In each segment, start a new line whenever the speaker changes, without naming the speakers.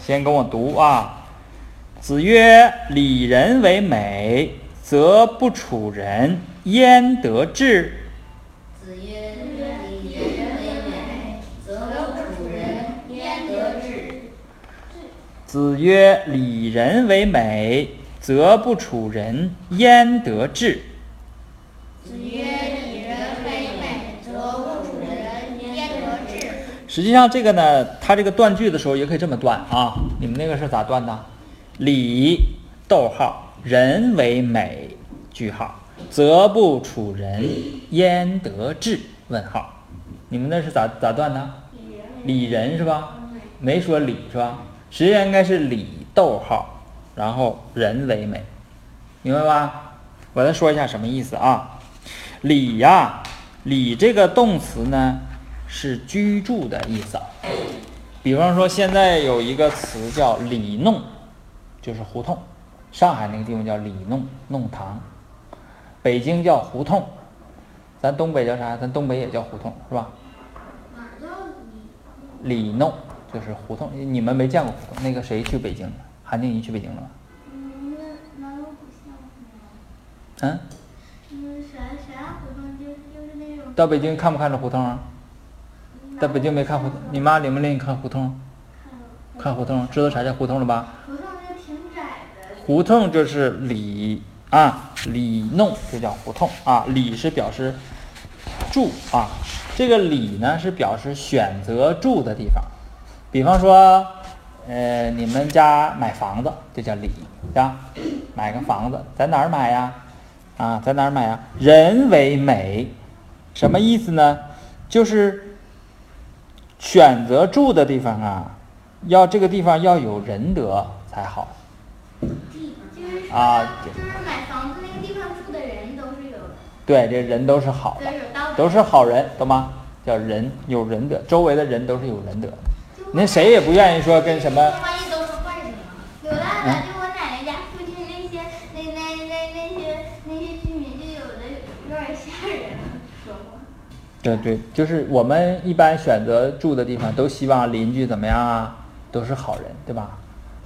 先跟我读啊。子曰：“礼人为美，则不处人，焉得志？”
子曰：“礼人为美，则不处人，焉得志？”
子曰：“礼人为美，则不处人，焉得志？”
子曰：“礼人为美，则不处人，焉得志？”
实际上，这个呢，它这个断句的时候也可以这么断啊。你们那个是咋断的？礼，逗号，人为美，句号，则不处人，焉得志？问号。你们那是咋咋断的？礼人是吧？没说礼是吧？实际上应该是礼，逗号，然后人为美，明白吧？我再说一下什么意思啊？礼呀、礼这个动词呢是居住的意思啊。比方说，现在有一个词叫里弄，就是胡同。上海那个地方叫里弄弄堂，北京叫胡同，咱东北叫啥？咱东北也叫胡同是吧？里弄就是胡同，你们没见过胡同。那个谁去北京了？韩静怡去北京了吗？
嗯，那那我不像我
嗯，
嗯，啥啥活动就就是那种
到北京看不看着胡同啊？在北京没看胡
嗯
同，你妈领没领你看胡同？
看到
看胡同，知道啥叫胡同了吧？
活动就挺窄的，
胡同啊就是里啊，里弄就叫胡同啊，里是表示住啊，这个里呢是表示选择住的地方，啊比方说，呃，你们家买房子就叫里呀，买个房子在哪儿买呀？啊，在哪儿买呀？人为美，什么意思呢？就是选择住的地方啊，要这个地方要有仁德才好。
地就是说
啊对
就是买房子那个地方住的人都是有
对，这人都是好
都
的
是，有道德
都是好人，懂吗？叫人有仁德，周围的人都是有仁德的。
就
那谁也不愿意说跟什么
万一都是坏人呢？
有的
嗯
的，就我奶奶家附近那些那那那那些那些居民，就有的有点吓人，说话。
对对，就是我们一般选择住的地方，都希望邻居怎么样啊？都是好人，对吧？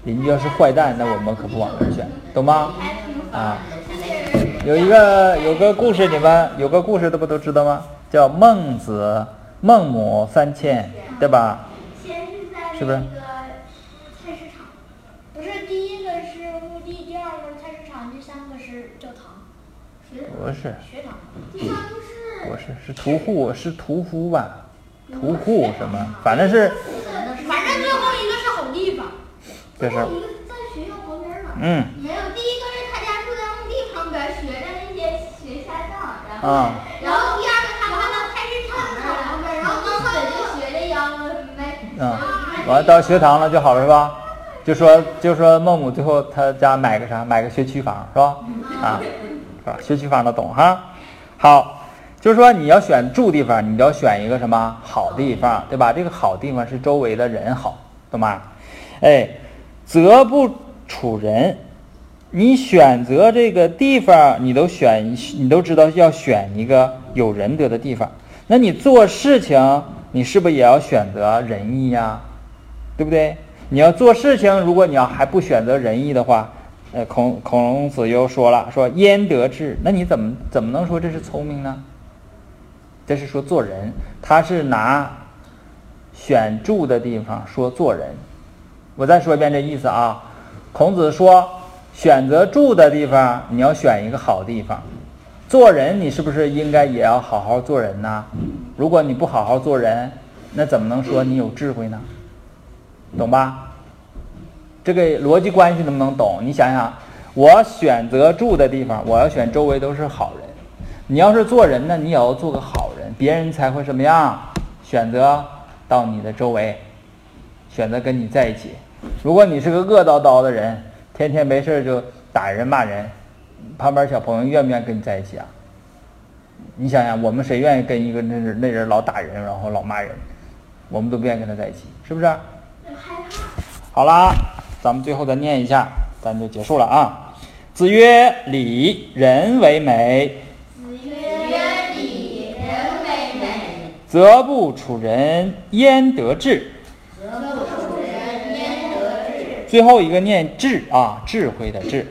邻居要是坏蛋，那我们可不往那儿选，懂吗？
还平房
啊，
那个人
有一个有个故事，你们有个故事，都不都知道吗？叫孟子孟母三迁，对吧？
先是在
是
那
不是
个菜市场，不是第一个是墓地，第二个是菜市场，第三个是教堂，学
不是，
学堂，第三个是
不是，是屠户，是屠夫吧？屠户什么？反正是，
反正最后一个是好地方，
这是
最后一个是在学校旁边嘛。
嗯
没有，第一个是他家住在墓地旁边，学着那些学家教，然后、
啊，
然后第二个他搬到菜市场那儿旁边，然后刚开始就学着秧歌什么
嗯，完了到学堂了就好了是吧？就说就说孟母最后他家买个啥？买个学区房是吧？啊，是吧？学区房的懂哈？好，就是说你要选住地方，你要选一个什么好地方，对吧？这个好地方是周围的人好，懂吗？哎，择不处人，你选择这个地方，你都选，你都知道要选一个有仁德的地方。那你做事情，你是不是也要选择仁义呀、对不对？你要做事情，如果你要还不选择仁义的话，呃，孔孔子又说了，说焉得志？那你怎么怎么能说这是聪明呢？这是说做人，他是拿选住的地方说做人。我再说一遍这意思啊。孔子说，选择住的地方，你要选一个好地方。做人，你是不是应该也要好好做人呢？如果你不好好做人，那怎么能说你有智慧呢？懂吧？这个逻辑关系能不能懂？你想想，我选择住的地方，我要选周围都是好人。你要是做人呢，你也要做个好人，别人才会什么样？选择到你的周围，选择跟你在一起。如果你是个恶叨叨的人，天天没事儿就打人骂人，旁边小朋友愿不愿意跟你在一起啊？你想想，我们谁愿意跟一个那人那人老打人，然后老骂人？我们都不愿意跟他在一起，是不是？啊
的，害怕。
好啦，咱们最后再念一下，咱就结束了啊。子曰：“礼，人为美，
子
子曰：“礼人为美，
则不处人，焉得志？”
则不处人，焉得志？
最后一个念智啊，智慧的智